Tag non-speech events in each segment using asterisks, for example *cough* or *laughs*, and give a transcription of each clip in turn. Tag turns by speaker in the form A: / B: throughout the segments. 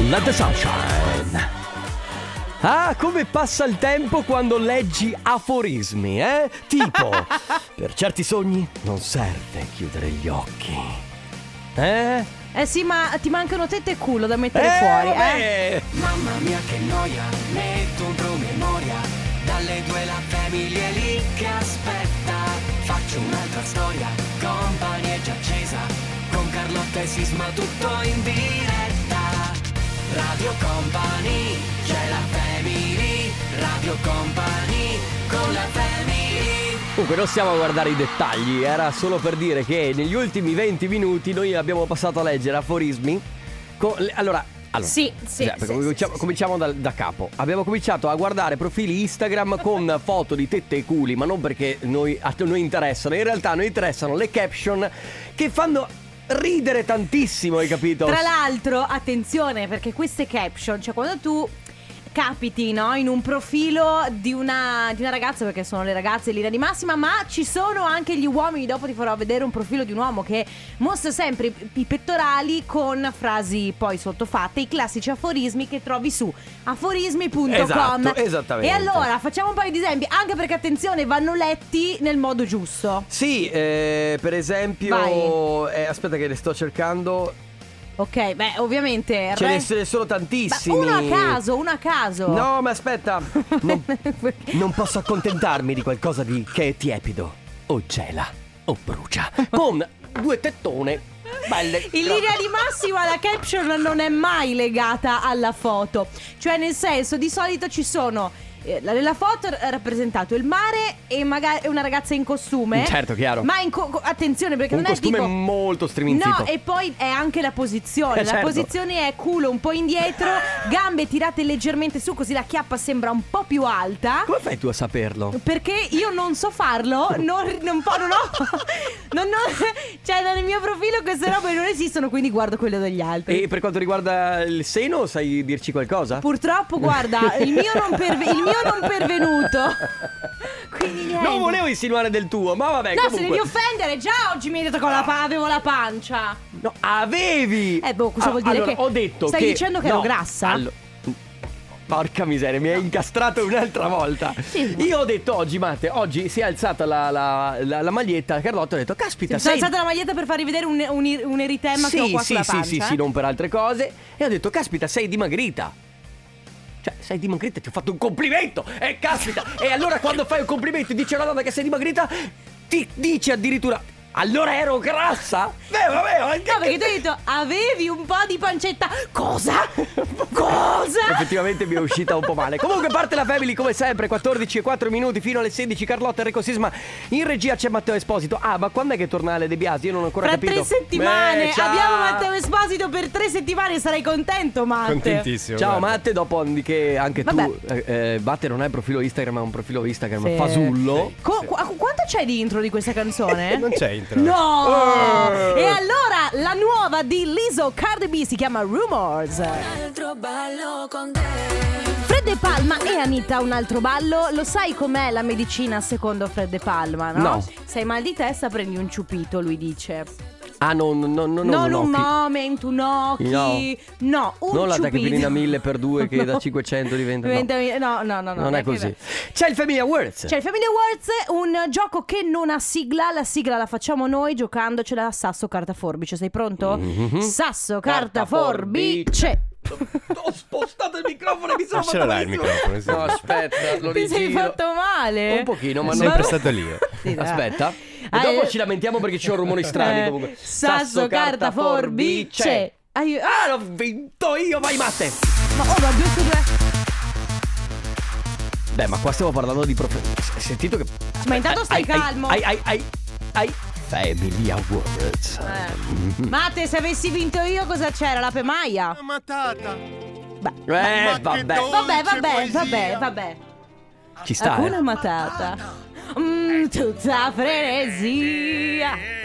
A: Let the sunshine. Ah, come passa il tempo quando leggi aforismi, eh?
B: *laughs*
A: Tipo, per certi sogni non serve chiudere gli occhi. Eh?
B: Eh sì, ma ti mancano tette e culo da mettere
A: eh,
B: fuori, eh?
A: vabbè.
C: Mamma mia che noia, metto un promemoria. Dalle due la famiglia è lì che aspetta. Faccio un'altra storia, company è già accesa. Con Carlotta e Sisma tutto in diretta. Radio Company, c'è la family. Radio Company, con la family.
A: Comunque non stiamo a guardare i dettagli, era solo per dire che negli ultimi 20 minuti noi abbiamo passato a leggere aforismi. co- le- allora, allora,
B: Sì, sì,
A: Esatto,
B: sì,
A: cominciamo
B: sì, sì.
A: cominciamo dal- da capo. Abbiamo cominciato a guardare profili Instagram
B: *laughs*
A: con foto di tette e culi, ma non perché noi, a noi interessano, in realtà a noi interessano le caption che fanno ridere tantissimo, hai capito?
B: Tra l'altro, attenzione, perché queste caption, cioè quando tu capiti, no, in un profilo di una, di una ragazza, perché sono le ragazze in linea di massima, ma ci sono anche gli uomini, dopo ti farò vedere un profilo di un uomo che mostra sempre i, i pettorali con frasi poi sottofatte, i classici aforismi che trovi su aforismi.com.
A: Esatto, esattamente.
B: E allora, facciamo un paio di esempi, anche perché attenzione, vanno letti nel modo giusto,
A: Sì, eh, per esempio, eh, aspetta che le sto cercando,
B: ok? Beh, ovviamente...
A: ce
B: re-
A: ne ce ne sono
B: Ma
A: tantissimi.
B: uno a caso, uno a caso.
A: No, ma
B: *laughs*
A: aspetta, non, non posso accontentarmi di qualcosa di che è tiepido, o gela, o brucia, con due tettone belle.
B: In linea di massima la caption non è mai legata alla foto. Cioè, nel senso, di solito ci sono. eh, la- Nella foto è rappresentato il mare e magari una ragazza in costume.
A: Certo, chiaro.
B: Ma in co- co- attenzione perché
A: Un
B: non è
A: costume
B: tipo
A: molto striminzito.
B: No, e poi è anche la posizione.
A: Eh,
B: la
A: certo.
B: posizione è culo un po' indietro, gambe tirate leggermente su così la chiappa sembra un po' più alta.
A: Come fai tu a saperlo?
B: Perché io non so farlo, non, non, po- non ho. *laughs* Non, ho- cioè, nel mio profilo queste robe non esistono, quindi guardo quello degli altri.
A: E per quanto riguarda il seno, sai dirci qualcosa?
B: Purtroppo, guarda, il mio non, perve- il mio non
A: *laughs*
B: pervenuto. Quindi niente.
A: Non volevo insinuare del tuo, ma vabbè,
B: No, se
A: comunque.
B: devi offendere, già oggi mi hai detto che ho la pa- avevo la pancia.
A: No, avevi! Ah,
B: Eh, boh, cosa vuol dire
A: allora,
B: che-
A: ho detto
B: stai
A: che...
B: dicendo che ero
A: no,
B: grassa?
A: allo- Porca miseria, mi hai incastrato un'altra volta.
B: Sì.
A: Io ho detto oggi, Matte, oggi si è alzata la, la, la, la maglietta, Carlotta, ho detto, caspita,
B: Mi sono
A: sei...
B: alzata la maglietta per farvi vedere un, un, un eritema che ho
A: sì,
B: qua
A: sì,
B: sulla
A: sì,
B: pancia.
A: sì,
B: eh.
A: sì, non per altre cose. E ho detto, caspita, sei dimagrita. Cioè, sei dimagrita, ti ho fatto un complimento. E caspita. e allora quando fai un complimento e dici a una donna che sei dimagrita, ti dice addirittura, allora ero grassa? Beh, vabbè, ma che-
B: No, perché tu hai detto avevi un po' di pancetta.
A: *laughs*
B: Cosa? Cosa?
A: Effettivamente mi è uscita un po' male. Comunque parte la family come sempre, 14 e 4 minuti fino alle 16. Carlotta Enrico Sisma. In regia c'è Matteo Esposito. Ah, ma quando è che torna Ale De Biasi? Io non ho ancora
B: Fra
A: capito.
B: tre settimane
A: Beh, ciao.
B: abbiamo Matteo Esposito per tre settimane, sarai contento, Matte.
D: Contentissimo.
A: Ciao
D: guarda.
A: Matte, dopo di che anche
B: Vabbè.
A: tu eh, eh, Matte non hai profilo Instagram, ma un profilo Instagram
B: Sì.
A: fasullo.
B: Co- qu- quanto c'è di intro di questa canzone?
D: Non c'è intro.
B: No! E allora la nuova di Lizzo Cardi B si chiama Rumors. Fred De Palma e Anita un altro ballo. Lo sai com'è la medicina secondo Fred De Palma, no?
A: No.
B: Se hai mal di testa prendi un ciupito, lui dice.
A: Ah, no, no, no, no,
B: non
A: no,
B: un
A: no.
B: moment, un occhi.
A: No.
B: No, un
A: Non la
B: ciupito.
A: tachipirina 1000 per due che da
B: *laughs* No.
A: 500 diventa- no.
B: Diventa- No, no, no, no.
A: non è
B: neanche
A: così.
B: vero.
A: C'è il Family Awards.
B: C'è il Family Awards, un gioco che non ha sigla. La sigla la facciamo noi giocandocela a sasso, carta, forbice. Sei pronto?
A: Mm-hmm.
B: Sasso, carta, forbice.
A: *laughs* Ho spostato il microfono e mi sono
D: Lasciala
A: fatto
D: là il
A: malissimo.
D: microfono, sì.
A: No, aspetta, lo
B: *laughs* Ti sei
A: rigiro.
B: fatto male?
A: Un pochino, ma
D: È
A: non
D: sempre
B: Ma-
D: stato lì. eh.
B: Sì, dai.
A: Aspetta. E
B: Ah,
A: dopo
B: eh.
A: ci lamentiamo perché ci sono rumori strani
B: Eh,
A: comunque.
B: Sasso, carta, forbice. Ai- ah,
A: Ah, l'ho vinto io, vai Matte.
B: ma, oh, ma due su due.
A: Beh, ma qua stiamo parlando di proprio. Hai sentito che.
B: Ma intanto stai
A: Ai- ai-
B: calmo.
A: Ai, ai, ai, ai- Family Awards.
B: Eh. Mate, se avessi vinto io, cosa c'era? La pemaia?
E: matata.
A: Eh,
E: Ma che
A: vabbè.
E: do-
B: Vabbè,
E: Dolce
B: vabbè,
E: poesia.
B: vabbè, vabbè.
A: Ci sta.
B: Una
A: eh.
B: matata. Mm, tutta frenesia.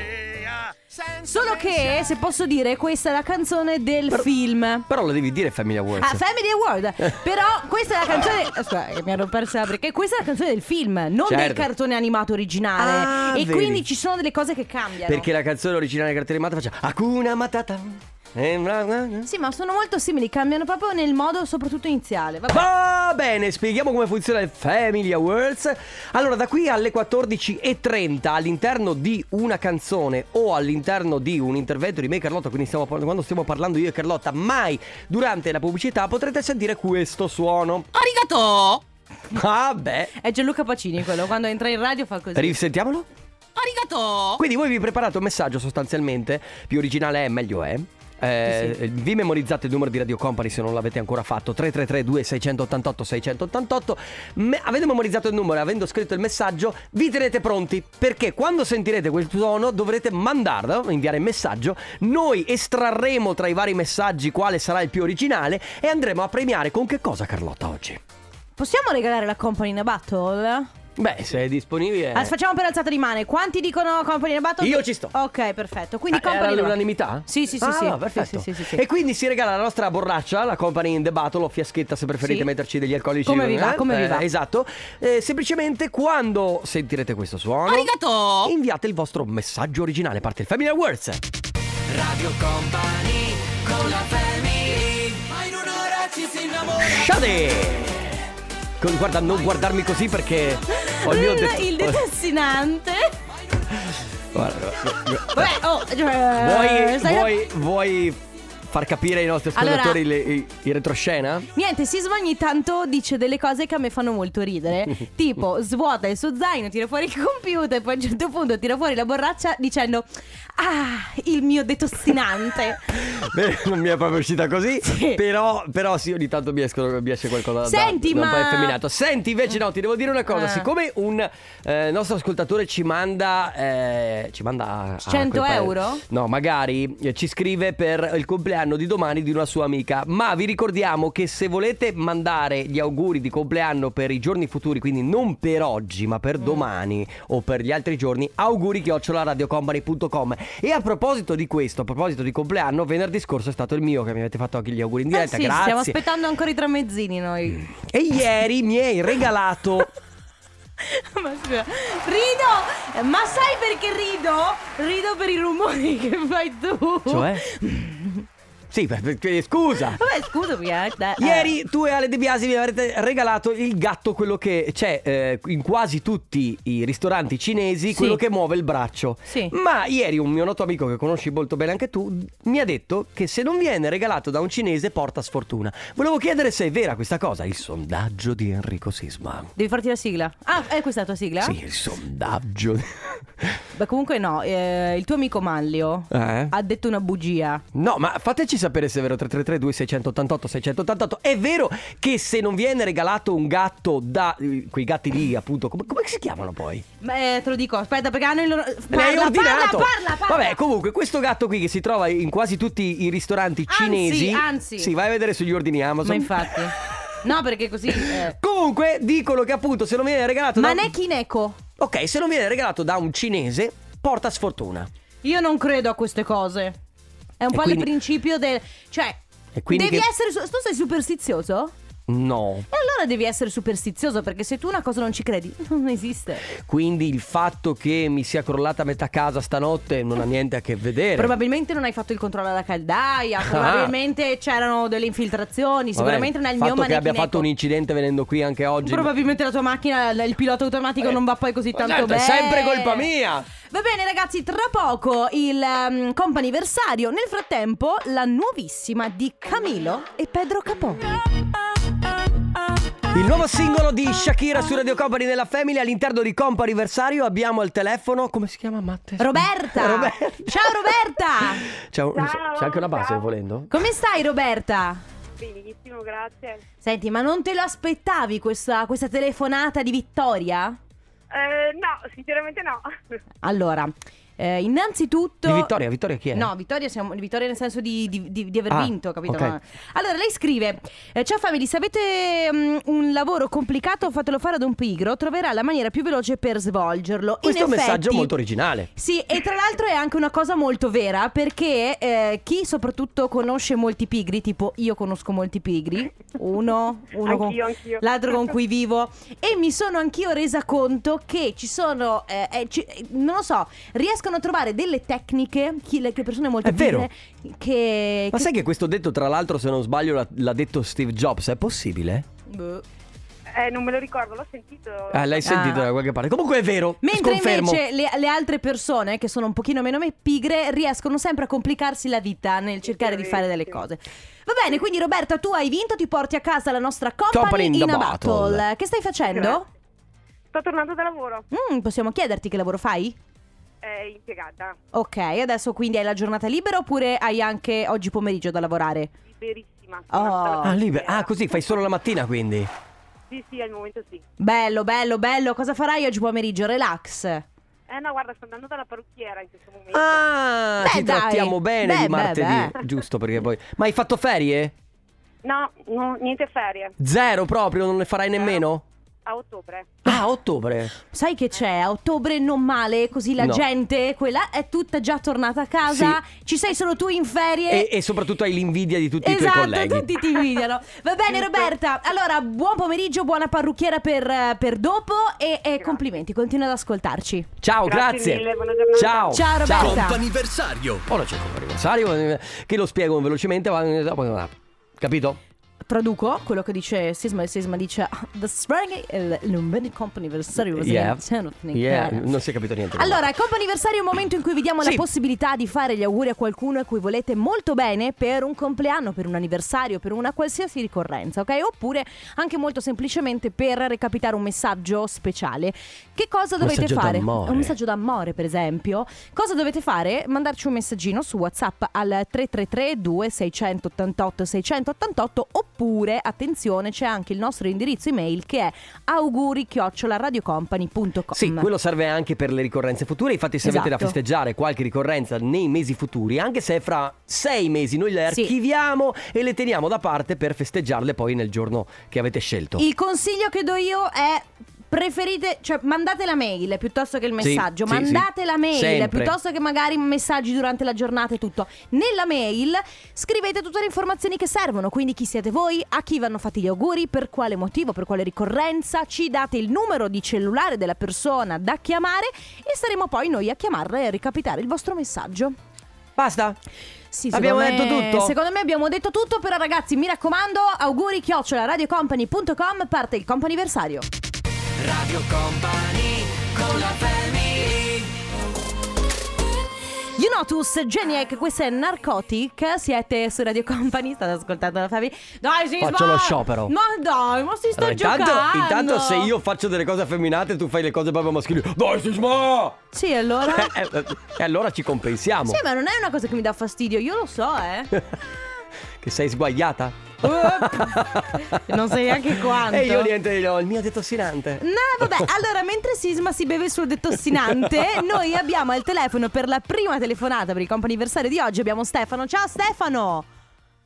B: Solo che, se posso dire, questa è la canzone del film. Ah,
A: Però lo devi dire Family Awards.
B: Family
A: *laughs*
B: Award. Però questa è la canzone. Aspetta, che mi ero persa perché questa è la canzone del film, non del
A: Certo.
B: cartone animato originale.
A: Ah,
B: e
A: vedi.
B: quindi ci sono delle cose che cambiano.
A: Perché la canzone originale della carta animata faccia Hakuna Matata. Eh, bla, bla, bla.
B: Sì, ma sono molto simili, cambiano proprio nel modo soprattutto iniziale. Vabbè.
A: Va bene, spieghiamo come funziona il Family Awards. Allora, da qui alle 14.30 all'interno di una canzone o all'interno di un intervento di me e Carlotta, quindi stiamo par- quando stiamo parlando io e Carlotta, mai durante la pubblicità potrete sentire questo suono.
D: Arigato!
A: Vabbè.
B: È Gianluca Pacini quello, quando entra in radio fa così.
A: Risentiamolo.
D: Arigato!
A: Quindi voi vi preparate un messaggio sostanzialmente, più originale è, meglio è. Eh, Vi memorizzate il numero di Radio Company se non l'avete ancora fatto 333 2688 688 Avete memorizzato il numero e avendo scritto il messaggio Vi tenete pronti Perché quando sentirete quel suono dovrete mandarlo Inviare il messaggio Noi estrarremo tra i vari messaggi Quale sarà il più originale E andremo a premiare con che cosa Carlotta oggi?
B: Possiamo regalare la company in a battle?
A: Beh se è disponibile
B: Ah, facciamo per alzata di mano. Quanti dicono company in a battle?
A: Eh. Io ci sto.
B: Ok, perfetto. Quindi
A: Ah,
B: company
A: era
B: in a battle.
A: l'unanimità?
B: Sì, sì, sì,
A: Ah,
B: sì.
A: no, perfetto.
B: Sì, sì, sì, sì, sì.
A: E quindi si regala la nostra borraccia, la Company in the Battle o fiaschetta se preferite
B: Sì.
A: metterci degli alcolici.
B: Come vi va,
A: eh,
B: come vi
A: eh,
B: va.
A: Esatto. Eh, semplicemente quando sentirete questo suono,
D: Arigato!
A: inviate il vostro messaggio originale. Parte il Family Awards.
C: Radio Company con la family Ma in un'ora ci si innamora
A: Shade! Con- Guarda, non guardarmi così perché ho il mio
B: Mm,
A: det-
B: il detassinante.
A: Guarda, guarda, guarda.
B: Vabbè, oh, eh,
A: Vuoi,
B: stai-
A: vuoi, vuoi far capire ai nostri
B: Allora-
A: ascoltatori le- i- i
B: *laughs*
A: retroscena?
B: Niente, Sisma ogni tanto dice delle cose che a me fanno molto ridere.
A: *laughs*
B: tipo, svuota il suo zaino, tira fuori il computer, poi a un certo punto tira fuori la borraccia dicendo: Ah, il
A: *laughs*
B: mio detossinante.
A: Beh, non mi è proprio uscita così.
B: Sì.
A: Però, però sì, ogni tanto mi, escono- mi esce qualcosa da-
B: Senti,
A: da, da un po'
B: ma-
A: effeminato. Senti, invece, no, ti devo dire una cosa:
B: Ah.
A: siccome un eh, nostro ascoltatore ci manda. eh, ci manda. a- a
B: 100
A: quel paese-
B: euro?
A: No, magari eh, ci scrive per il compleanno di domani di una sua amica. Ma vi ricordiamo che se volete mandare gli auguri di compleanno per i giorni futuri, quindi non per oggi, ma
B: Mm.
A: per domani o per gli altri giorni, auguri radiocompany.com. E a proposito di questo, a proposito di compleanno, venerdì scorso è stato il mio che mi avete fatto anche gli auguri in
B: Eh
A: diretta.
B: sì,
A: grazie. Mm.
B: stiamo aspettando ancora i tramezzini noi.
A: E ieri mi hai regalato.
B: *laughs* ma scusa. Rido! Ma sai perché rido? Rido per i rumori che fai tu.
A: cioè. sì, per- perché- scusa.
B: *laughs* Vabbè, scusami, eh. eh, eh.
A: Ieri tu e Ale De Biasi mi avete regalato il gatto, quello che c'è eh, in quasi tutti i ristoranti cinesi,
B: Sì.
A: quello che muove il braccio.
B: Sì.
A: Ma ieri un mio noto amico che conosci molto bene anche tu mi ha detto che se non viene regalato da un cinese porta sfortuna. Volevo chiedere se è vera questa cosa, il sondaggio di Enrico Sisma.
B: Devi farti la sigla. Ah, è questa la tua sigla?
A: Sì, il sondaggio.
B: Beh, comunque no, eh, il tuo amico Manlio
A: *laughs* Eh?
B: ha detto una bugia.
A: No, ma fateci sapere se è vero 333 2688 688. È vero che se non viene regalato un gatto da eh, quei gatti lì, appunto, come, come si chiamano poi?
B: Ma, eh, te lo dico, aspetta, perché hanno il loro. Parla,
A: L'hai ordinato.
B: Parla, parla, parla.
A: Vabbè, comunque, questo gatto qui che si trova in quasi tutti i ristoranti
B: Anzi,
A: cinesi.
B: anzi.
A: Sì, vai a vedere sugli ordini Amazon.
B: Ma infatti. No, perché così. eh.
A: *laughs* Comunque, dicono che appunto se non viene regalato da.
B: Maneki Neko.
A: Ok, se non viene regalato da un cinese, porta sfortuna.
B: Io non credo a queste cose. È un
A: E
B: po'
A: quindi-
B: il principio del. Cioè.
A: E quindi
B: devi
A: che-
B: essere. su- Tu sei superstizioso?
A: No.
B: E allora devi essere superstizioso perché se tu una cosa non ci credi, *laughs* non esiste.
A: Quindi il fatto che mi sia crollata metà casa stanotte non ha niente a che vedere.
B: Probabilmente non hai fatto il controllo alla caldaia,
A: Eh. Ah.
B: probabilmente c'erano delle infiltrazioni,
A: Vabbè,
B: sicuramente non è il
A: fatto
B: mio
A: che abbia
B: Maneki
A: fatto un
B: Neko.
A: incidente venendo qui anche oggi.
B: Probabilmente la tua macchina, il pilota automatico
A: Eh,
B: non va poi così tanto
A: certo, è
B: bene.
A: sempre colpa mia.
B: Va bene, ragazzi, tra poco il um, companiversario. Nel frattempo, la nuovissima di Camilo e Pedro Capò.
A: Il nuovo singolo di Shakira su Radio Company della Family all'interno di Compa Anniversario abbiamo al telefono come si chiama Matte?
B: Roberta!
A: Roberta.
B: Ciao Roberta!
A: C'è, un-
E: Ciao,
A: c'è anche una base
E: ciao.
A: volendo?
B: Come stai Roberta?
E: Benissimo, grazie.
B: Senti, ma non te lo aspettavi questa, questa telefonata di vittoria?
E: Eh, no, sinceramente no.
B: Allora, eh, innanzitutto...
A: Di Vittoria, Vittoria chi è?
B: No, vittoria, siamo, vittoria nel senso di, di- di- di aver
A: Ah,
B: vinto, capito?
A: ok.
B: No. Allora, lei scrive: eh, Ciao family, se avete mm, un lavoro complicato, fatelo fare ad un pigro, troverà la maniera più veloce per svolgerlo.
A: Questo è
B: In
A: un messaggio
B: effetti-
A: molto originale.
B: Sì, e tra l'altro è anche una cosa molto vera perché eh, chi soprattutto conosce molti pigri, tipo io conosco molti pigri, uno, uno con-
E: Anch'io, anch'io.
B: l'altro con cui vivo, e mi sono anch'io resa conto che ci sono, eh, eh, ci- eh, non lo so, riescono riescono a trovare delle tecniche, chi, le, che persone molto
A: È vero.
B: pigre, che...
A: Ma
B: che-
A: sai che questo detto, tra l'altro, se non sbaglio, l'ha, l'ha detto Steve Jobs? È possibile?
B: Boh.
E: *laughs* Eh, non me lo ricordo, l'ho sentito.
A: Ah, l'hai sentito
B: Ah.
A: da qualche parte. Comunque è vero.
B: Mentre
A: sconfermo.
B: invece le, le altre persone, che sono un pochino meno me- pigre, riescono sempre a complicarsi la vita nel cercare di fare delle cose. Va bene, quindi Roberta, tu hai vinto, ti porti a casa la nostra company,
A: Company in the
B: a
A: Battle.
B: battle. Che stai facendo?
E: Grazie. Sto tornando da lavoro,
B: Mm, possiamo chiederti che lavoro fai?
E: eh, impiegata,
B: Ok, adesso quindi hai la giornata libera oppure hai anche oggi pomeriggio da lavorare?
E: liberissima.
B: Oh.
A: Ah, libera. Ah, così fai solo la mattina, quindi.
E: Sì, sì, al momento sì.
B: Bello, bello, bello. Cosa farai oggi pomeriggio? Relax.
E: Eh no, guarda, sto andando dalla parrucchiera in questo momento.
A: Ah,
B: Beh,
A: ci
B: dai.
A: trattiamo bene
B: Beh,
A: di
B: beh,
A: martedì.
B: beh.
A: Giusto, perché poi. Ma hai fatto ferie?
E: No, no, niente ferie,
A: Zero proprio, non ne farai nemmeno?
E: a ottobre.
A: Ah, a ottobre.
B: Sai che c'è? A ottobre non male, così la
A: No.
B: gente, quella è tutta già tornata a casa. Ci sei solo tu in ferie.
A: E, e soprattutto hai l'invidia di tutti i tuoi
B: Esatto,
A: colleghi.
B: tutti ti invidiano. Va bene,
E: Giusto.
B: Roberta. Allora, buon pomeriggio, buona parrucchiera per, eh, per dopo. E, e complimenti, continua ad ascoltarci.
A: Ciao,
E: Grazie
A: grazie.
E: mille, buona giornata.
A: Ciao.
B: Ciao, Roberta.
C: Comp'anniversario.
A: Ora c'è il comp'anniversario, eh, che lo spiego velocemente, ma- eh, capito?
B: Traduco quello che dice Sisma. Sisma dice: "Ah, The Spring è l'Umbeni Comp'anniversario. was
A: Yeah.
B: in Tenerife."
A: Yeah, non si è capito niente.
B: Allora, comp'anniversario è un momento in cui vi diamo
A: Sì.
B: la possibilità di fare gli auguri a qualcuno a cui volete molto bene per un compleanno, per un anniversario, per una qualsiasi ricorrenza, ok? Oppure anche molto semplicemente per recapitare un messaggio speciale. Che cosa
A: Un
B: dovete
A: messaggio
B: fare?
A: d'amore.
B: Un messaggio d'amore, per esempio. Cosa dovete fare? Mandarci un messaggino su WhatsApp al 333 2688 688 oppure, attenzione, c'è anche il nostro indirizzo email che è auguri@radiocompany.com.
A: Sì, quello serve anche per le ricorrenze future. Infatti, se avete da
B: Esatto.
A: festeggiare qualche ricorrenza nei mesi futuri, anche se è fra sei mesi, noi le
B: Sì.
A: archiviamo e le teniamo da parte per festeggiarle poi nel giorno che avete scelto.
B: Il consiglio che do io è preferite, cioè mandate la mail piuttosto che il
A: Sì,
B: messaggio,
A: sì,
B: mandate
A: sì.
B: la mail
A: Sempre.
B: piuttosto che magari messaggi durante la giornata e tutto. Nella mail scrivete tutte le informazioni che servono, quindi chi siete voi, a chi vanno fatti gli auguri, per quale motivo, per quale ricorrenza, ci date il numero di cellulare della persona da chiamare e saremo poi noi a chiamarla e a ricapitare il vostro messaggio.
A: Basta?
B: Sì,
A: Abbiamo
B: secondo
A: detto
B: me-
A: tutto?
B: Secondo me abbiamo detto tutto, però ragazzi mi raccomando, auguri chiocciola radiocompany.com, parte il comp'anniversario.
C: Radio Company con la family.
B: Junotus, Geniac, questo è Narcotic, siete su Radio Company, state ascoltando la famiglia. Dai, si
A: Faccio
B: sbaglia.
A: lo sciopero.
B: Ma dai, ma si sta
A: Allora, intanto,
B: giocando.
A: intanto se io faccio delle cose effeminate, tu fai le cose proprio maschili. Dai, Sisma!
B: Sì, allora...
A: *laughs* Eh, eh, eh, E allora ci compensiamo.
B: sì, ma non è una cosa che mi dà fastidio, io lo so, eh.
A: *laughs* Che sei sguagliata?
B: Eh, *laughs* non sai neanche quanto.
A: E io niente, ho il mio detassinante.
B: No, vabbè, allora mentre Sisma si beve il suo detossinante, noi abbiamo al telefono per la prima telefonata per il comp'anniversario di oggi, abbiamo Stefano. Ciao Stefano!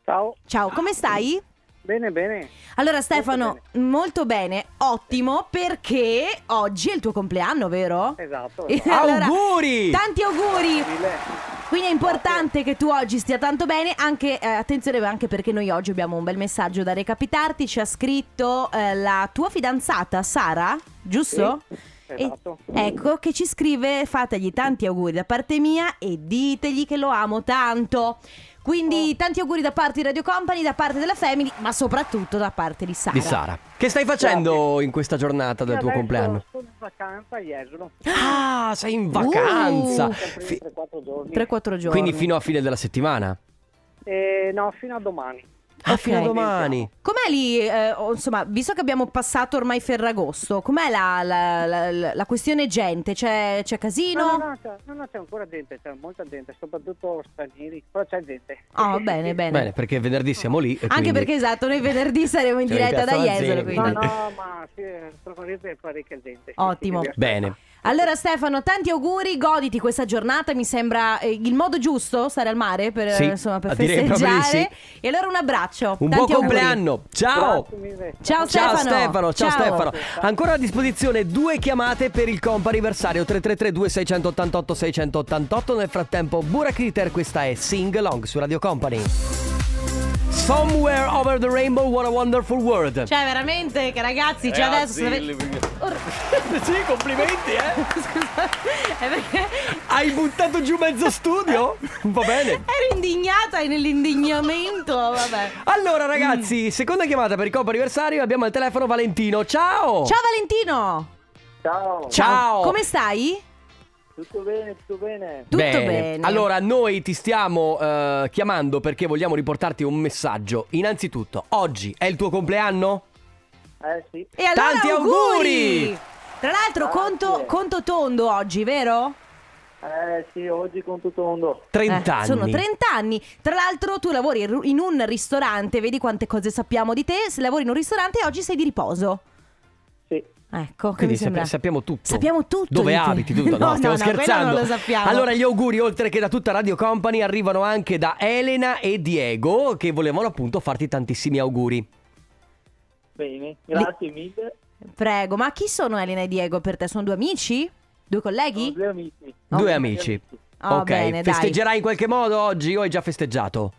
F: Ciao,
B: Ciao, come stai?
F: bene, bene.
B: Allora Stefano, molto bene. ottimo perché oggi è il tuo compleanno, vero? *laughs*
F: Esatto.
B: E
F: esatto.
B: allora,
A: Auguri!
B: Tanti auguri!
F: Mille.
B: Quindi è importante che tu oggi stia tanto bene, anche, eh, attenzione anche perché noi oggi abbiamo un bel messaggio da recapitarti, ci ha scritto eh, la tua fidanzata Sara, giusto? E-
F: Esatto.
B: ecco che ci scrive fategli tanti auguri da parte mia e ditegli che lo amo tanto. Quindi tanti auguri da parte di Radio Company, da parte della Family, ma soprattutto da parte di Sara.
A: Di Sara. Che stai facendo in questa giornata del
F: Io
A: tuo
F: adesso
A: compleanno?
F: Sono in vacanza a Jesolo,
A: Ah, sei
B: Uh,
A: in vacanza!
F: sempre
A: Fi-
F: per 4 giorni.
B: 3-4 giorni.
A: Quindi fino a fine della settimana.
F: Eh, no, fino a domani.
A: Ah,
B: Ok.
A: fino a domani.
B: Com'è lì, eh, o- insomma, visto che abbiamo passato ormai Ferragosto, com'è la, la- la- la- la questione gente? C'è, c'è casino?
F: No, no, no, c'è, no, no, c'è ancora gente, c'è molta gente, soprattutto stranieri, però c'è gente.
B: Oh, bene, bene.
A: Bene, perché venerdì siamo lì. E
B: Anche
A: quindi-
B: perché esatto, noi venerdì saremo in
A: Cioè,
B: diretta
A: in
B: da
A: Piazza
B: Jesolo,
A: Manzini,
B: quindi.
F: No,
A: quindi-
F: no, ma sì, troverete parecchia gente.
B: Ottimo.
F: Sì, sì, sì.
A: Bene.
B: Allora Stefano, tanti auguri, goditi questa giornata, mi sembra eh, il modo giusto stare al mare per,
A: Sì,
B: eh, insomma, per
A: direi proprio di
B: festeggiare. E allora un abbraccio.
A: Un buon
B: tanti auguri.
A: compleanno. Ciao!
F: Grazie mille.
A: Ciao
B: Ciao, Stefano.
A: Stefano, ciao,
B: Ciao.
A: Stefano. Ancora a disposizione due chiamate per il comp anniversario 333 2688 688. Nel frattempo Burakiter, questa è Sing Along su Radio Company. Somewhere over the rainbow, what a wonderful world.
B: *laughs* Cioè veramente che ragazzi, già cioè, adesso... Or-
A: *laughs* Sì, complimenti, eh!
B: Scusa, è perché
A: Hai buttato giù mezzo studio? Va bene.
B: ero indignata e nell'indignamento, vabbè.
A: Allora,
B: Mm.
A: ragazzi, seconda chiamata per il compo anniversario. Abbiamo al telefono Valentino. Ciao!
B: Ciao Valentino!
F: Ciao.
A: Ciao.
B: Come stai?
F: Tutto bene, tutto bene.
B: Tutto bene.
A: Allora, noi ti stiamo eh, chiamando perché vogliamo riportarti un messaggio. Innanzitutto, oggi è il tuo compleanno?
F: Eh sì.
B: E allora
A: tanti auguri!
B: Tra l'altro conto,
F: Grazie.
B: conto tondo oggi, vero?
F: Eh sì, oggi con tutto mondo.
A: 30
B: Eh,
A: anni.
B: Sono 30 anni. Tra l'altro tu lavori in ru- in un ristorante, vedi quante cose sappiamo di te, se lavori in un ristorante e oggi sei di riposo.
F: Sì.
B: Ecco, che
A: Quindi
B: mi sembra.
A: sap- sappiamo tutto.
B: Sappiamo tutto.
A: Dove
B: di te.
A: abiti,
B: *laughs*
A: tutto. No,
B: no,
A: stiamo
B: no, quello
A: scherzando.
B: non lo sappiamo.
A: Allora, gli auguri, oltre che da tutta Radio Company, arrivano anche da Elena e Diego, che volevano appunto farti tantissimi auguri.
F: Bene, grazie mille.
B: Prego, ma chi sono Elena e Diego per te? Sono due amici? Due
F: Sono
B: colleghi?
F: due amici.
A: Due amici.
B: Ah,
A: ok,
B: bene, dai.
A: festeggerai in qualche modo oggi o hai già festeggiato?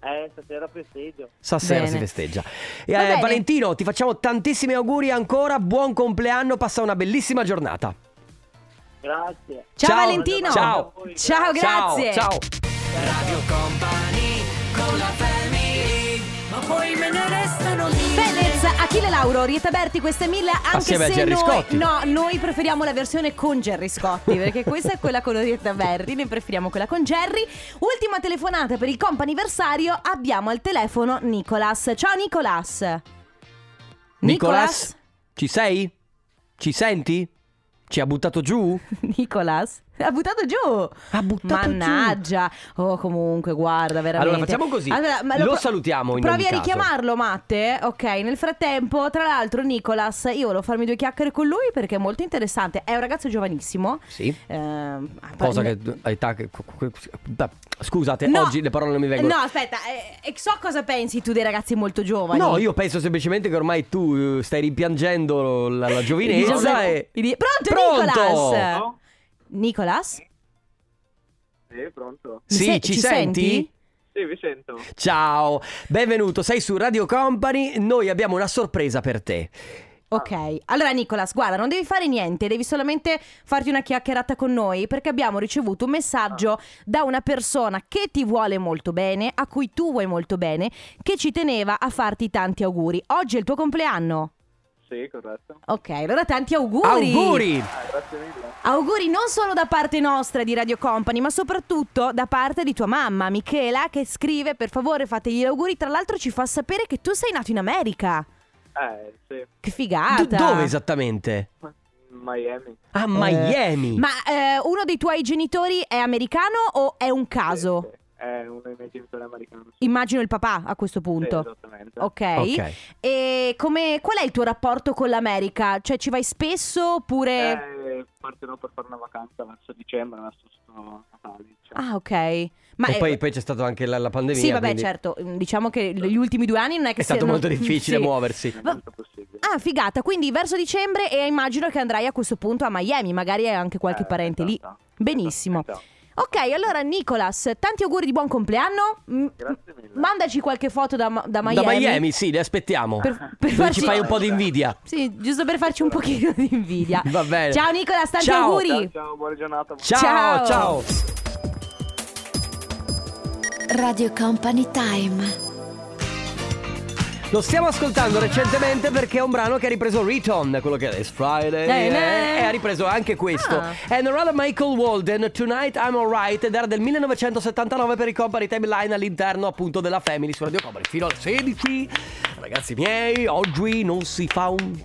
F: Eh, stasera festeggio.
A: Stasera
B: Bene.
A: si festeggia. E,
B: Va
A: eh,
B: bene.
A: Valentino, ti facciamo tantissimi auguri ancora. Buon compleanno, passa una bellissima giornata.
F: Grazie.
B: Ciao,
A: Ciao,
B: Valentino.
A: ciao.
B: Ciao, Ah, grazie.
A: Ciao. ciao.
B: Fedez, Achille Lauro, Rieta Berti, queste mille anche
A: Assieme a
B: se
A: Gerry
B: noi,
A: Scotti.
B: No, noi preferiamo la versione con Gerry Scotti, perché questa è quella con Rieta Berti, noi preferiamo quella con Gerry. Ultima telefonata per il comp'anniversario, abbiamo al telefono Nicolas. Ciao Nicolas.
A: Nicolas, ci sei? Ci senti? Ci ha buttato giù?
B: Nicolas. *laughs* Ha buttato giù.
A: Ha buttato giù.
B: Mannaggia. Oh, comunque, guarda, veramente.
A: Allora, facciamo così.
B: ma
A: Lo
B: pro-
A: salutiamo in
B: Provi
A: ogni
B: a
A: caso.
B: richiamarlo, Matte. Ok, nel frattempo, tra l'altro, Nicolas, io volevo farmi due chiacchiere con lui perché è molto interessante. È un ragazzo giovanissimo.
A: Sì.
B: Ehm,
A: Cosa che. a età che- da- Scusate,
B: No.
A: oggi le parole non mi vengono.
B: No, aspetta, eh, eh, so cosa pensi tu dei ragazzi molto giovani.
A: No, io penso semplicemente che ormai tu eh, stai rimpiangendo la, la giovinezza e...
B: I di- Diciamo Pronto,
A: Pronto!
F: Eh?
B: Nicolas? Nicolas?
F: Sì, pronto.
B: Mi
A: Sì,
B: se-
A: ci
B: ci senti?
A: senti?
F: Sì, vi sento.
A: Ciao, benvenuto, sei su Radio Company, noi abbiamo una sorpresa per te.
B: Ok, allora Nicolas, guarda, non devi fare niente, devi solamente farti una chiacchierata con noi perché abbiamo ricevuto un messaggio da una persona che ti vuole molto bene, a cui tu vuoi molto bene, che ci teneva a farti tanti auguri. Oggi è il tuo compleanno.
F: Sì, corretto.
B: Ok, allora tanti auguri.
A: Auguri!
F: Ah, grazie mille.
B: Auguri non solo da parte nostra di Radio Company, ma soprattutto da parte di tua mamma, Michela, che scrive, per favore fategli gli auguri. Tra l'altro ci fa sapere che tu sei nato in America.
F: Eh, sì.
B: Che
A: Do-
B: figata.
A: dove esattamente?
F: Miami.
A: A Miami.
B: Eh, Ma eh, uno dei tuoi genitori è americano o è un caso?
F: È uno dei miei genitori americani.
B: Immagino il papà a questo punto.
F: esattamente.
B: Ok.
A: Ok.
B: E come, qual è il tuo rapporto con l'America? Cioè ci vai spesso oppure...
F: Eh, partirò per fare una vacanza verso dicembre, verso sto Natale. diciamo.
B: Ah ok. Ma
A: e
B: eh,
A: poi, poi c'è stata anche la, la pandemia.
B: Sì, vabbè,
A: quindi
B: certo. Mm, Diciamo che l- gli ultimi due anni non è che
A: È stato
B: siano- *laughs*
A: molto difficile
B: Sì.
A: muoversi.
F: Nel
B: va-
F: momento possibile.
B: Ah, figata. Quindi verso dicembre e immagino che andrai a questo punto a Miami, magari hai anche qualche
F: Eh,
B: parente lì.
F: esatto.
B: Benissimo.
F: Esatto.
B: Ok, allora Nicolas, tanti auguri di buon compleanno. Mm,
F: Grazie mille.
B: Mandaci qualche foto da, Ma- da Miami.
A: Da Miami, sì, le aspettiamo.
B: Per,
A: Tu
B: per farci...
A: ci fai un
B: *laughs*
A: po' di invidia.
B: Sì, giusto per farci un pochino di invidia.
A: *laughs* Va bene.
B: Ciao Nicola, tanti
A: Ciao.
F: Ciao,
B: auguri.
F: ciao, buona giornata.
A: Ciao,
B: Ciao.
A: ciao.
G: Radio Company Time.
A: Lo stiamo ascoltando recentemente perché è un brano che ha ripreso Return, quello che è It's Friday.
B: Eh,
A: eh,
B: eh.
A: e ha ripreso anche questo.
B: Ah.
A: È Norella Michael Walden, Tonight I'm Alright, ed era del 1979 per i Company Timeline all'interno appunto della Family su Radio Company. Fino al 16. Ragazzi miei, oggi non si fa un...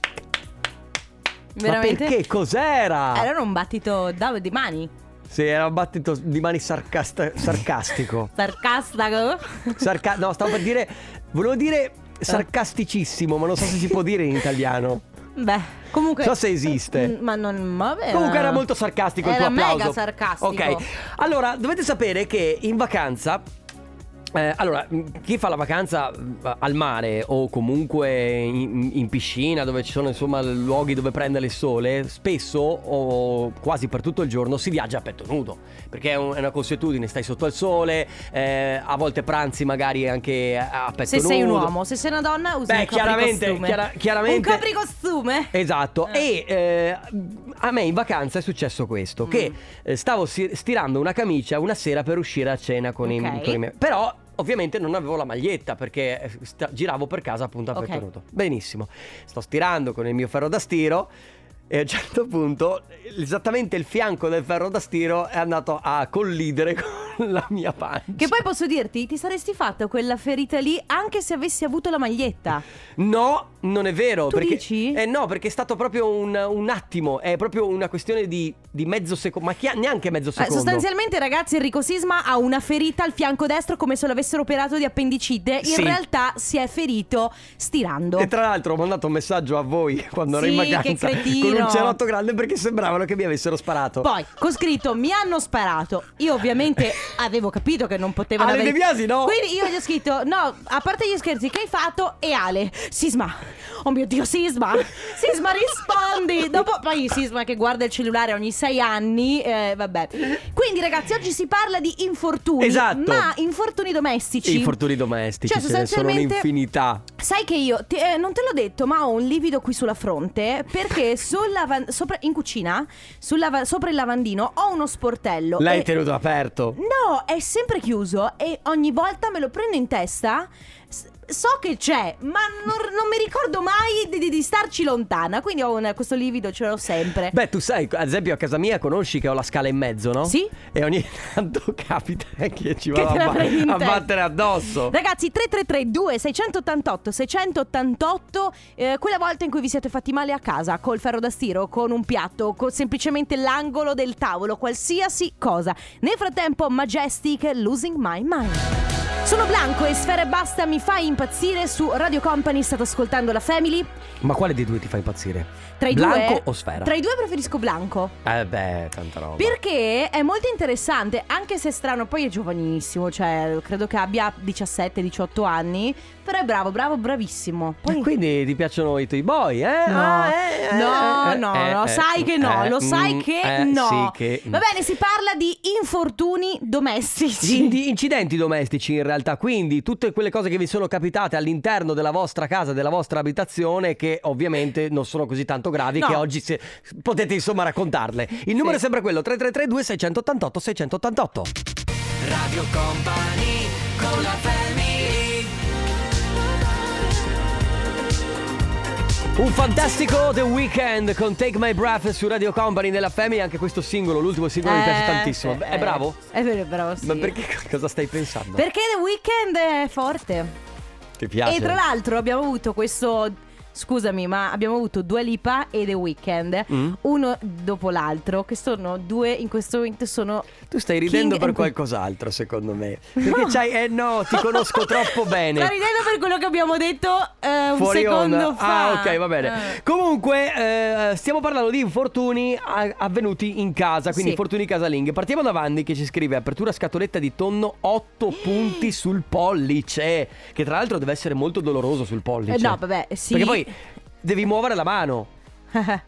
B: Veramente?
A: Ma perché? Cos'era?
B: Era un battito da- di mani.
A: Sì, era un battito di mani sarcasta- sarcastico. *laughs*
B: Sarcastaco.
A: Sarca- no, stavo per dire... Volevo dire sarcasticissimo, ma non so se si può dire in italiano.
B: Beh, comunque.
A: So se esiste.
B: Mm, Ma non. Vabbè. eh,
A: Comunque era molto sarcastico il tuo
B: Era
A: applauso.
B: mega sarcastico.
A: Ok. Allora, dovete sapere che in vacanza Eh, allora, mh, chi fa la vacanza mh, al mare o comunque in, in piscina dove ci sono insomma luoghi dove prendere il sole, spesso o quasi per tutto il giorno si viaggia a petto nudo, perché è, un- è una consuetudine, stai sotto al sole, eh, a volte pranzi magari anche a a petto
B: Se
A: nudo.
B: sei un uomo, se sei una donna, usi
A: Beh,
B: un
A: chiaramente,
B: copricostume.
A: chiara- chiaramente-
B: Un copricostume.
A: Esatto,
B: Eh.
A: e eh, a me in vacanza è successo questo, che
B: Mm.
A: eh, stavo si- stirando una camicia una sera per uscire a cena con, i,
B: Ok.
A: con i miei... Però ovviamente non avevo la maglietta perché eh, sta- giravo per casa appunto a
B: Ok.
A: petto nudo. Benissimo, sto stirando con il mio ferro da stiro e a un certo punto esattamente il fianco del ferro da stiro è andato a collidere *laughs* con la mia pancia.
B: Che poi posso dirti, ti saresti fatta quella ferita lì anche se avessi avuto la maglietta.
A: No, non è vero.
B: Tu
A: perché,
B: dici?
A: Eh no, perché è stato proprio un, un attimo, è proprio una questione di, di mezzo secondo, ma chi- neanche mezzo
B: Eh,
A: secondo.
B: sostanzialmente, ragazzi, Enrico Sisma ha una ferita al fianco destro come se l'avessero operato di appendicite. In
A: Sì.
B: realtà si è ferito stirando.
A: E tra l'altro ho mandato un messaggio a voi *laughs* quando ero in
B: Sì,
A: vacanza
B: che cretino.
A: con un cerotto grande perché sembravano che mi avessero sparato.
B: Poi, con scritto, mi hanno sparato. Io ovviamente avevo capito che non potevano
A: Ale
B: avere...
A: De Biasi, no?
B: Quindi io gli ho scritto, no, a parte gli scherzi che hai fatto, e Ale, Sisma. Oh mio Dio, Sisma.
A: *laughs*
B: Sisma, rispondi. Dopo, poi Sisma che guarda il cellulare ogni sei anni, eh, vabbè. Quindi ragazzi, oggi si parla di infortuni.
A: Esatto.
B: Ma infortuni domestici.
A: Infortuni domestici,
B: Cioè,
A: ce ne sono
B: sostanzialmente-
A: un'infinità.
B: Sai che io, ti- eh, non te l'ho detto, ma ho un livido qui sulla fronte
A: *laughs*
B: perché sul lavan- sopra- in cucina, sul lava- sopra il lavandino, ho uno sportello.
A: L'hai
B: e-
A: tenuto aperto.
B: No, è sempre chiuso e ogni volta me lo prendo in testa. S- So che c'è, ma non, non mi ricordo mai di, di- di starci lontana. Quindi ho un- questo livido, ce l'ho sempre.
A: Beh, tu sai, ad esempio a casa mia conosci che ho la scala in mezzo, no?
B: Sì.
A: E ogni tanto *laughs* capita che ci
B: Che
A: vado
B: te la
A: a, ba-
B: prendi in
A: a
B: testa.
A: battere addosso.
B: Ragazzi, 3332 688 688 eh, quella volta in cui vi siete fatti male a casa col ferro da stiro, con un piatto, con semplicemente l'angolo del tavolo, qualsiasi cosa. Nel frattempo, Majestic Losing My Mind. Sono Blanco e Sfera e Basta mi fa impazzire su Radio Company, state ascoltando la Family.
A: Ma quale dei due ti fa impazzire?
B: Tra i
A: Blanco
B: due,
A: o Sfera?
B: Tra i due preferisco Blanco.
A: Eh beh, tanta roba.
B: Perché è molto interessante, anche se è strano, poi è giovanissimo, cioè credo che abbia 17-18 anni, però è bravo, bravo, bravissimo. Poi-
A: E quindi ti piacciono i tuoi boy, eh?
B: No,
A: Ah, eh, eh,
B: no,
A: eh,
B: no,
A: eh,
B: no,
A: eh,
B: sai che no,
A: eh,
B: lo sai
A: mm,
B: che
A: eh,
B: no.
A: Sì, che...
B: Va bene, si parla di infortuni domestici.
A: Indi- incidenti domestici in realtà, quindi tutte quelle cose che vi sono capitate all'interno della vostra casa, della vostra abitazione, che ovviamente non sono così tanto gravi,
B: No.
A: che oggi se- potete insomma raccontarle. Il numero è sempre quello, 3332 688 688.
C: Radio Company con la family
A: Un fantastico The Weeknd con Take My Breath su Radio Company nella Family, anche questo singolo, l'ultimo singolo mi piace
B: Eh,
A: tantissimo.
B: sì,
A: è
B: eh,
A: bravo?
B: È vero, è bravo, sì.
A: Ma perché cosa stai pensando?
B: Perché The Weeknd è forte.
A: Ti piace?
B: E tra l'altro abbiamo avuto questo. Scusami, ma abbiamo avuto due Lipa e The Weeknd,
A: Mm?
B: uno dopo l'altro, che sono due in questo momento sono
A: Tu stai ridendo
B: King
A: per
B: and-
A: qualcos'altro, secondo me. Perché c'hai. Eh no,
B: *laughs*
A: ti conosco troppo bene.
B: Sto ridendo per quello che abbiamo detto eh, un
A: Fuori
B: secondo
A: onda.
B: fa.
A: Ah, ok, va bene.
B: Eh.
A: Comunque, eh, stiamo parlando di infortuni a- avvenuti in casa, quindi
B: Sì.
A: infortuni casalinghi. Partiamo da Vanni che ci scrive: apertura scatoletta di tonno, 8
B: Eh.
A: punti sul pollice. Che tra l'altro deve essere molto doloroso sul pollice.
B: Eh, no, vabbè, sì.
A: Perché
B: *laughs*
A: poi devi muovere la mano.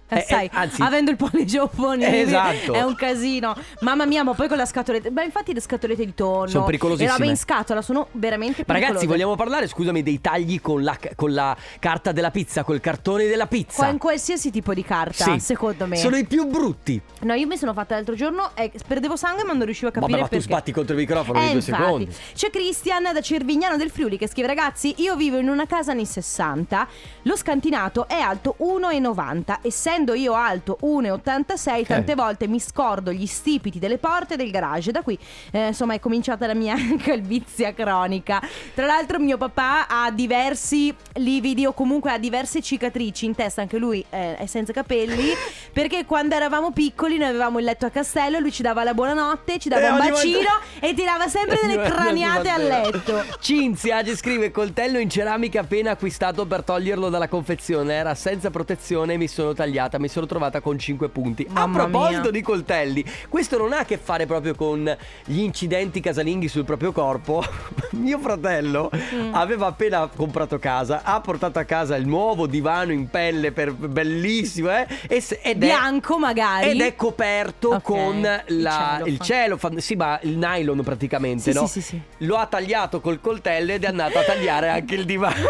A: eh,
B: Sai,
A: anzi-
B: avendo il pollice opponibile
A: Esatto.
B: è un casino. Mamma mia, ma poi con la scatoletta. Beh, infatti le scatolette di tonno
A: Sono pericolosissime.
B: Le robe in scatola sono veramente
A: Ma
B: pericolose.
A: Ragazzi, vogliamo parlare, scusami, dei tagli con la, con la carta della pizza, col cartone della pizza.
B: Qua- in qualsiasi tipo di carta,
A: Sì.
B: secondo me.
A: Sono i più brutti.
B: No, io mi sono fatta l'altro giorno e perdevo sangue ma non riuscivo a capire
A: Vabbè, ma tu
B: perché.
A: sbatti contro il microfono
B: Eh,
A: ogni due
B: infatti.
A: secondi.
B: C'è Cristian da Cervignano del Friuli che scrive: Ragazzi, io vivo in una casa anni 60. Lo scantinato è alto 1,90. Essendo io alto 1,86, tante
A: Eh.
B: volte mi scordo gli stipiti delle porte del garage. Da qui, eh, insomma, è cominciata la mia *laughs* calvizia cronica. Tra l'altro, mio papà ha diversi lividi o comunque ha diverse cicatrici in testa. Anche lui eh, è senza
A: *laughs*
B: capelli. perché quando eravamo piccoli, noi avevamo il letto a castello. Lui ci dava la buonanotte, ci dava
A: Eh,
B: un
A: ogni volta-
B: bacino e tirava sempre
A: *laughs*
B: sempre delle
A: Ogni volta
B: craniate
A: si
B: a
A: batteva.
B: letto.
A: Cinzia ci scrive coltello in ceramica appena acquistato per toglierlo dalla confezione. Era senza protezione e mi sono tagliata, mi sono trovata con 5 punti. a
B: Mamma
A: proposito
B: mia.
A: di coltelli, questo non ha a che fare proprio con gli incidenti casalinghi sul proprio corpo. *laughs* Mio fratello
B: Mm.
A: aveva appena comprato casa, ha portato a casa il nuovo divano in pelle per- bellissimo, eh? e se- ed è-
B: Bianco magari.
A: Ed è coperto
B: Ok,
A: con la-
B: il cellophane.
A: il cellophane, sì, ma il nylon praticamente,
B: Sì,
A: no?
B: sì, sì, sì.
A: Lo ha tagliato col coltello ed è andato a tagliare anche il
B: *laughs*
A: divano.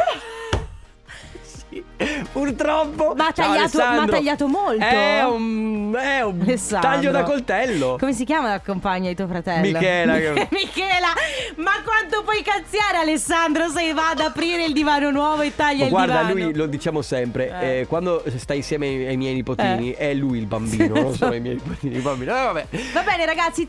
A: Sì, Purtroppo,
B: Ma ha
A: Ciao,
B: tagliato- ma ha
A: Alessandro.
B: tagliato molto?
A: È un, è un
B: Alessandro.
A: taglio da coltello.
B: Come si chiama la compagna di tuo fratello?
A: Michela.
B: *laughs* Michela, ma quanto puoi cazziare Alessandro se va ad aprire il divano nuovo e taglia
A: Ma
B: il
A: guarda,
B: divano?
A: lui lo diciamo sempre:
B: Eh.
A: eh, quando stai insieme ai, ai miei nipotini, è lui il bambino, non
B: *laughs*
A: sono i miei nipotini. Il bambino, Eh, vabbè.
B: Va bene ragazzi,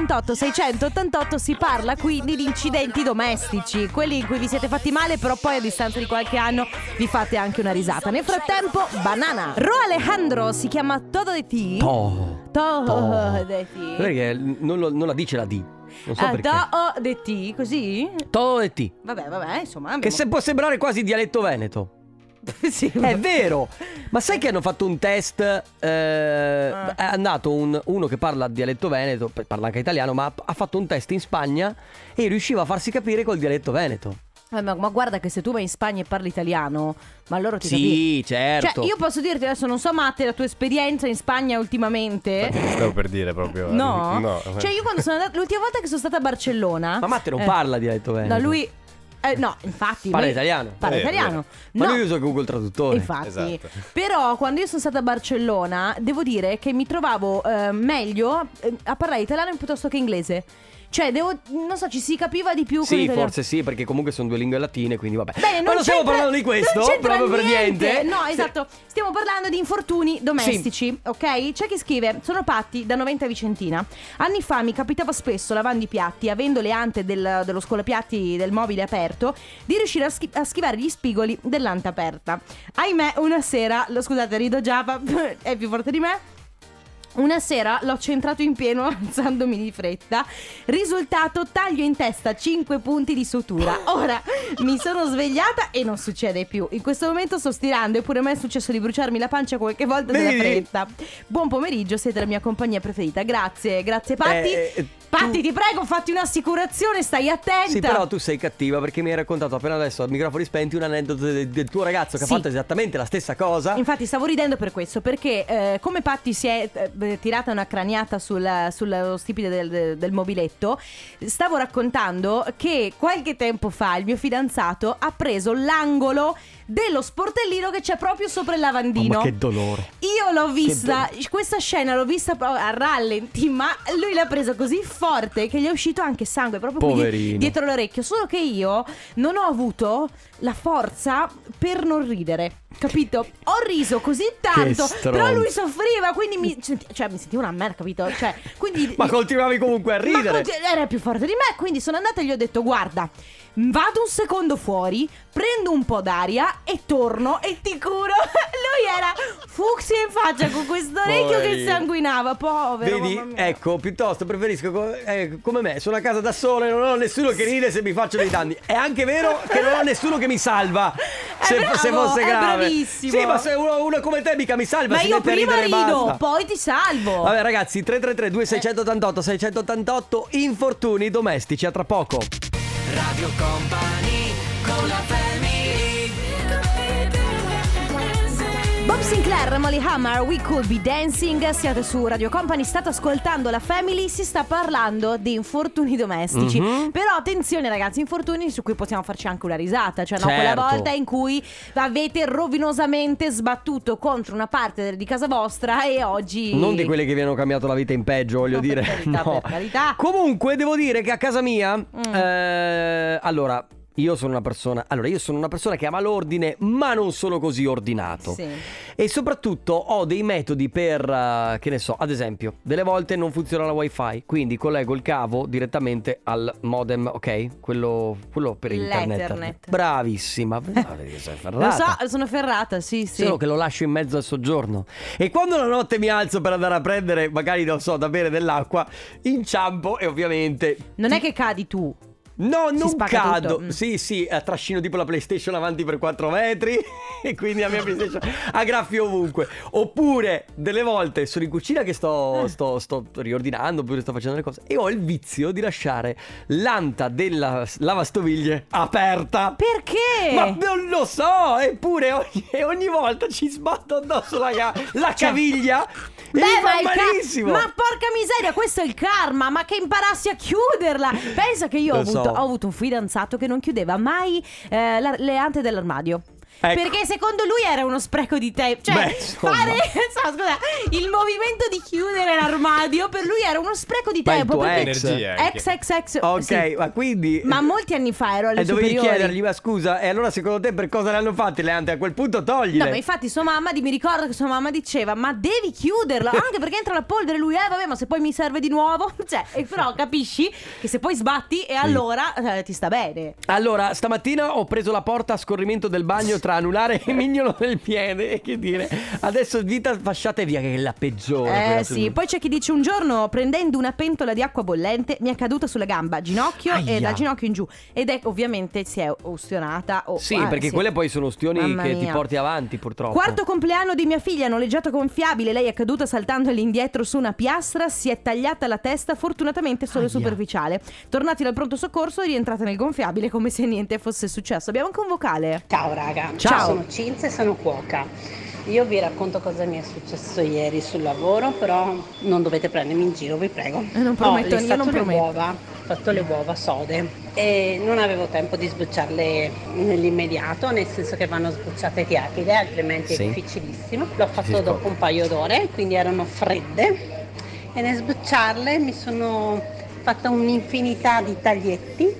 B: 333-2688-688 si parla quindi di incidenti domestici, quelli in cui vi siete fatti male però poi a distanza di qualche anno vi fate anche una risata. Nel frattempo, banana. Ro Alejandro si chiama Todo de Ti.
A: Toh.
B: Todo
A: Todo.
B: de Ti.
A: Perché non, lo- non la dice la D. Non so
B: Oh, Ah,
A: perché.
B: Todo de Ti, così?
A: Todo e T.
B: Vabbè, vabbè, insomma.
A: Che se può sembrare quasi dialetto veneto.
B: *laughs* sì,
A: È vero! Ma sai che hanno fatto un test? eh,
B: Ah.
A: È andato un- uno che parla dialetto veneto, p- parla anche italiano, ma ha fatto un test in Spagna e riusciva a farsi capire col dialetto veneto.
B: Eh, ma, ma guarda che se tu vai in Spagna e parli italiano, ma loro ti capiscono.
A: Sì, certo.
B: Cioè, io posso dirti adesso, non so, Matte, la tua esperienza in Spagna ultimamente.
H: Infatti, stavo per dire proprio. eh.
B: No?
H: no.
B: Cioè, io quando sono andata. L'ultima volta che sono stata a Barcellona.
A: Ma Matte non
B: eh,
A: parla dialetto veneto.
B: No, lui. eh, no, infatti.
A: Parla
B: lui-
A: italiano.
B: Parla
H: Eh,
B: italiano.
A: Ma
B: No.
A: lui usa Google Traduttore.
B: Infatti,
H: Esatto.
B: però quando io sono stata a Barcellona, devo dire che mi trovavo eh, meglio eh, a parlare italiano piuttosto che inglese. Cioè, devo, non so, ci si capiva di più con
A: Sì,
B: l'italiano.
A: forse sì, perché comunque sono due lingue latine, quindi vabbè.
B: Bene,
A: ma non stiamo
B: c'entra-
A: parlando di questo,
B: non c'entra
A: proprio per niente.
B: No,
A: Sì.
B: esatto. Stiamo parlando di infortuni domestici, ok? C'è chi scrive: Sono Patti da 90 Vicentina. Anni fa mi capitava spesso, lavando i piatti, avendo le ante del- dello scolapiatti del mobile aperto, di riuscire a, schi- a schivare gli spigoli dell'anta aperta. Ahimè, una sera, lo scusate, rido già, ma *laughs* è più forte di me. Una sera l'ho centrato in pieno *laughs* alzandomi di fretta. Risultato taglio in testa 5 punti
A: *laughs*
B: di sutura. Ora mi sono svegliata e non succede più. In questo momento sto stirando, eppure a me è successo di bruciarmi la pancia qualche volta nella
A: Vedi?
B: fretta. Buon pomeriggio, siete la mia compagnia preferita. Grazie, grazie Patti.
A: Eh, eh, tu-
B: Patti, ti prego, fatti un'assicurazione, stai attenta.
A: Sì, però tu sei cattiva perché mi hai raccontato appena adesso a microfoni spenti un aneddoto de- del tuo ragazzo che
B: Sì.
A: ha fatto esattamente la stessa cosa.
B: Infatti stavo ridendo per questo, perché eh, come Patti si è eh, beh, tirata una craniata sul- sullo stipite del, del mobiletto, stavo raccontando che qualche tempo fa il mio fidanzato ha preso l'angolo dello sportellino che c'è proprio sopra il lavandino.
A: Mamma, Oh, che dolore.
B: Io l'ho vista, questa scena l'ho vista proprio a rallenti, ma lui l'ha presa così forte che gli è uscito anche sangue proprio qui di-
A: Poverino.
B: dietro l'orecchio. Solo che io non ho avuto la forza per non ridere, capito? Ho riso così tanto,
A: stronzo.
B: però lui soffriva, quindi mi, senti- cioè, mi sentivo una merda, capito? Cioè, quindi
A: Ma continuavi comunque a
B: ma
A: ridere.
B: conti- era più forte di me, quindi sono andata e gli ho detto: Guarda, vado un secondo fuori, prendo un po' d'aria e torno. E ti curo. *laughs* Lui era fucsia in faccia con questo orecchio che
A: Poverino.
B: sanguinava. Povero.
A: Vedi,
B: mamma mia.
A: ecco, piuttosto preferisco co- eh, come me, sono a casa da solo e non ho nessuno che ride se mi faccio dei danni. È anche vero che non ho nessuno che mi salva.
B: È
A: Se,
B: bravo,
A: se fosse
B: è
A: grave.
B: bravissimo.
A: Sì, ma se uno, uno come te mica mi salva,
B: Ma
A: si
B: io
A: mette a
B: prima
A: ridere e
B: rido,
A: basta.
B: poi ti salvo.
A: Vabbè ragazzi, 333 2688 688 infortuni domestici a tra poco.
C: Radio Company con la family
B: Bob Sinclair, Molly Hammer, We Could Be Dancing, siete su Radio Company, state ascoltando la Family, si sta parlando di infortuni domestici.
A: Mhm.
B: Però attenzione ragazzi, infortuni su cui possiamo farci anche una risata, cioè no, quella
A: Certo.
B: volta in cui avete rovinosamente sbattuto contro una parte del- di casa vostra e oggi...
A: Non di quelle che vi hanno cambiato la vita in peggio, voglio
B: No, per
A: dire. *laughs*
B: carità, per carità. Mm.
A: Comunque, devo dire che a casa mia. eh, allora, io sono una persona. Allora, io sono una persona che ama l'ordine, ma non sono così ordinato.
B: Sì.
A: E soprattutto ho dei metodi per. eh, che ne so, ad esempio, delle volte non funziona la wifi. Quindi collego il cavo direttamente al modem, ok? Quello, quello per internet.
B: L'Ethernet.
A: Bravissima. brava, vedi che sei
B: *laughs* Lo
A: ferrata.
B: so, sono ferrata, sì, sì.
A: Solo che lo lascio in mezzo al soggiorno. E quando la notte mi alzo per andare a prendere, magari non so, da bere dell'acqua, inciampo e ovviamente.
B: Non è che cadi tu.
A: No,
B: Si
A: non
B: spacca
A: cado.
B: tutto. Mm.
A: Sì, sì, eh, trascino tipo la PlayStation avanti per 4 metri *laughs* e quindi la mia PlayStation a graffi ovunque. Oppure delle volte sono in cucina che
B: Eh.
A: sto, sto, sto riordinando oppure sto facendo le cose e ho il vizio di lasciare l'anta della s- lavastoviglie aperta.
B: Perché?
A: Ma non lo so, eppure ogni, e ogni volta ci sbatto addosso la, ca- la caviglia. e mi fa
B: Cioè, il ca-
A: malissimo.
B: ma porca miseria, questo è il karma, ma che imparassi a chiuderla. Pensa che io
A: Lo
B: ho avuto,
A: so.
B: ho avuto un fidanzato che non chiudeva mai eh, la- le ante dell'armadio.
A: Ecco.
B: Perché secondo lui era uno spreco di tempo. Cioè,
A: Beh, insomma.
B: fare *laughs* insomma, scusa, il movimento di chiudere l'armadio per lui era uno spreco di
A: Ma il
B: tempo.
A: tuo
B: perché-
A: ex?
H: Energia anche.
B: Ex, ex, ex.
A: Ok,
B: sì.
A: ma quindi.
B: Ma molti anni fa ero alle
A: E dovevi
B: superiori.
A: chiedergli, ma scusa, e allora secondo te per cosa le hanno fatte le ante? A quel punto toglile.
B: No, ma infatti sua mamma, di- mi ricordo che sua mamma diceva "Ma devi
A: *laughs*
B: chiuderlo, anche perché entra la polvere". Lui, "Eh, vabbè, ma se poi mi serve di nuovo". *laughs* Cioè, e però capisci che se poi sbatti e allora eh, ti sta bene.
A: Allora, stamattina ho preso la porta a scorrimento del bagno tra anulare e mignolo del piede. E che dire, adesso dita fasciate via, che è Oh, la peggiore. quella
B: eh sì,
A: seduta.
B: poi c'è chi dice "Un giorno prendendo una pentola di acqua bollente mi è caduta sulla gamba, ginocchio
A: Aia.
B: e dal ginocchio in giù". Ed è ovviamente si è ostionata o
A: Sì,
B: ah,
A: perché
B: sì.
A: quelle poi sono ostioni
B: Mamma
A: che ti
B: mia.
A: porti avanti, purtroppo.
B: Quarto compleanno di mia figlia, noleggiato gonfiabile, lei è caduta saltando all'indietro su una piastra, si è tagliata la testa, fortunatamente solo
A: Aia.
B: superficiale. Tornati dal pronto soccorso, è rientrata nel gonfiabile come se niente fosse successo. Abbiamo anche un vocale.
I: Ciao raga,
A: Ciao.
I: sono Cinzia e sono cuoca. Io vi racconto cosa mi è successo ieri sul lavoro, però non dovete prendermi in giro, vi prego.
B: Eh, non prometto,
I: Ho
B: io non
I: lissato le
B: prometto.
I: uova, fatto le uova sode e non avevo tempo di sbocciarle nell'immediato, nel senso che vanno sbocciate tiepide, altrimenti
A: Sì.
I: è difficilissimo. L'ho
A: Sì,
I: fatto
A: sì,
I: dopo un paio d'ore, quindi erano fredde e nel sbocciarle mi sono fatta un'infinità di taglietti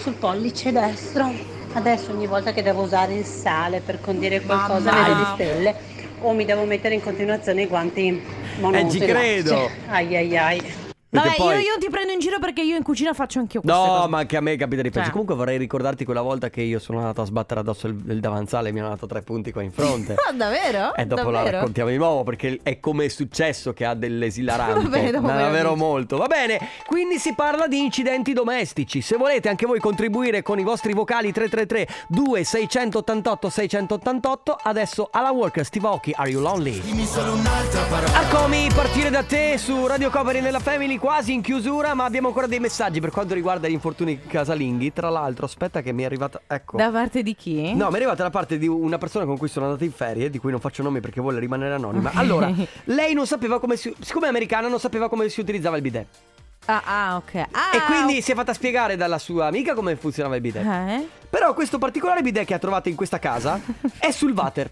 I: sul pollice destro. Adesso ogni volta che devo usare il sale per condire qualcosa
B: Mamma.
I: nelle stelle o mi devo mettere in continuazione i guanti
A: Eh, ci
I: monouso
A: credo.
I: elastici. Ai ai ai.
A: Perché
B: Vabbè,
A: poi-
B: io, io ti prendo in giro perché io in cucina faccio anch'io queste
A: No,
B: cose.
A: ma anche a me capita di pensare.
B: Cioè.
A: Comunque vorrei ricordarti quella volta che io sono andato a sbattere addosso il, il davanzale e mi hanno dato tre punti qua in
B: *laughs*
A: fronte.
B: Ah, davvero?
A: E Eh, dopo la
B: Davvero?
A: raccontiamo di nuovo perché è come è successo che ha dell'esilarante.
B: *laughs* Va bene, dopo
A: Ma
B: me lo
A: davvero
B: dici.
A: molto. Va bene, quindi si parla di incidenti domestici. Se volete anche voi contribuire con i vostri vocali 333 2688 688, adesso alla work Steve Aoki, Are You Lonely? Arcomi, partire da te su Radio Covery nella Family quasi in chiusura, ma abbiamo ancora dei messaggi per quanto riguarda gli infortuni casalinghi. Tra l'altro, aspetta che mi è arrivata ecco.
B: Da parte di chi?
A: No, mi è arrivata la parte di una persona con cui sono andata in ferie, di cui non faccio nome perché vuole rimanere
B: *laughs*
A: anonima. Allora, lei non sapeva come si. Siccome è americana, non sapeva come si utilizzava il bidet.
B: Ah, ah, ok. Ah,
A: e quindi si è fatta spiegare dalla sua amica come funzionava il bidet.
B: Eh?
A: Però questo particolare bidet che ha trovato in questa casa è sul water.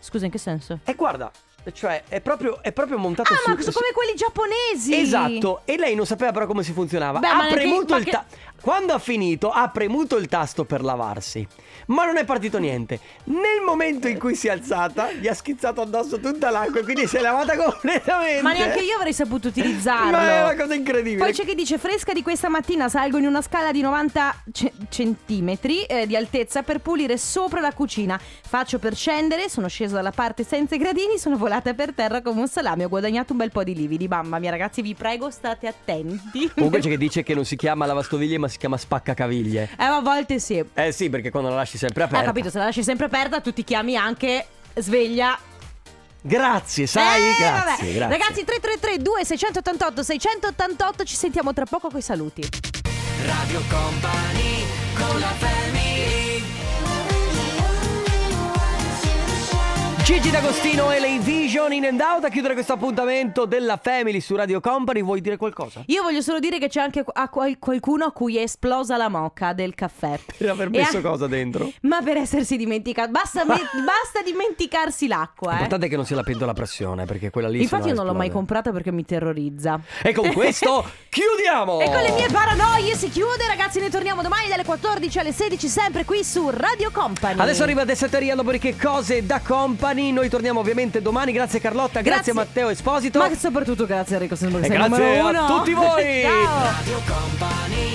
B: Scusa, in che senso?
A: E guarda, cioè, è proprio, è proprio montato
B: Ah,
A: su.
B: ma come quelli giapponesi.
A: Esatto, e lei non sapeva però come si funzionava.
B: Beh,
A: ha
B: ma neanche-
A: premuto
B: ma
A: il
B: che-
A: ta- Quando ha finito, ha premuto il tasto per lavarsi, ma non è partito niente. Nel momento in cui si è alzata, gli ha schizzato addosso tutta l'acqua e quindi si è lavata completamente.
B: Ma neanche io avrei saputo utilizzarlo.
A: Eh. *laughs* Ma è una cosa incredibile.
B: Poi c'è chi dice fresca di questa mattina salgo in una scala di 90 ce- centimetri eh, di altezza per pulire sopra la cucina. Faccio per scendere, sono sceso dalla parte senza i gradini, sono volata per terra come un salame, ho guadagnato un bel po' di lividi. Mamma mia ragazzi, vi prego state attenti.
A: Comunque c'è che dice che non si chiama lavastoviglie, ma si chiama spaccacaviglie.
B: Eh, ma a volte sì. Ho
A: Eh sì, perché quando la lasci sempre aperta.
B: Eh, capito, se la lasci sempre aperta tu ti chiami anche sveglia
A: Grazie, sai?
B: Eh,
A: grazie,
B: vabbè.
A: grazie.
B: Ragazzi 333 2688 688 ci sentiamo tra poco coi saluti.
A: Gigi D'Agostino e Lei Vision in and out a chiudere questo appuntamento della Family su Radio Company. Vuoi dire qualcosa?
B: Io voglio solo dire che c'è anche a qual- qualcuno a cui è esplosa la mocca del caffè.
A: Per aver
B: E
A: messo
B: a- Eh.
A: cosa dentro?
B: Ma per essersi dimenticato. Basta,
A: *laughs*
B: me- basta dimenticarsi l'acqua, eh.
A: L'importante è che non sia la pentola a pressione, perché quella lì
B: Infatti,
A: sennò
B: io non l'ho mai
A: esplode.
B: comprata perché mi terrorizza.
A: E
B: *laughs*
A: con questo chiudiamo!
B: E con le mie paranoie si chiude, ragazzi. Ne torniamo domani dalle 14 alle 16, sempre qui su Radio Company.
A: Adesso arriva Dessetteria, dopodiché cose da company. Noi torniamo ovviamente domani. Grazie Carlotta, grazie,
B: Grazie.
A: Matteo Esposito.
B: Ma soprattutto grazie, Enrico Sembra che
A: E
B: sei il
A: Eh, grazie
B: numero
A: a
B: uno.
A: tutti voi.
B: *laughs* Ciao.
C: Radio Company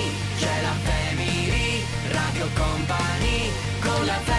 C: con la Family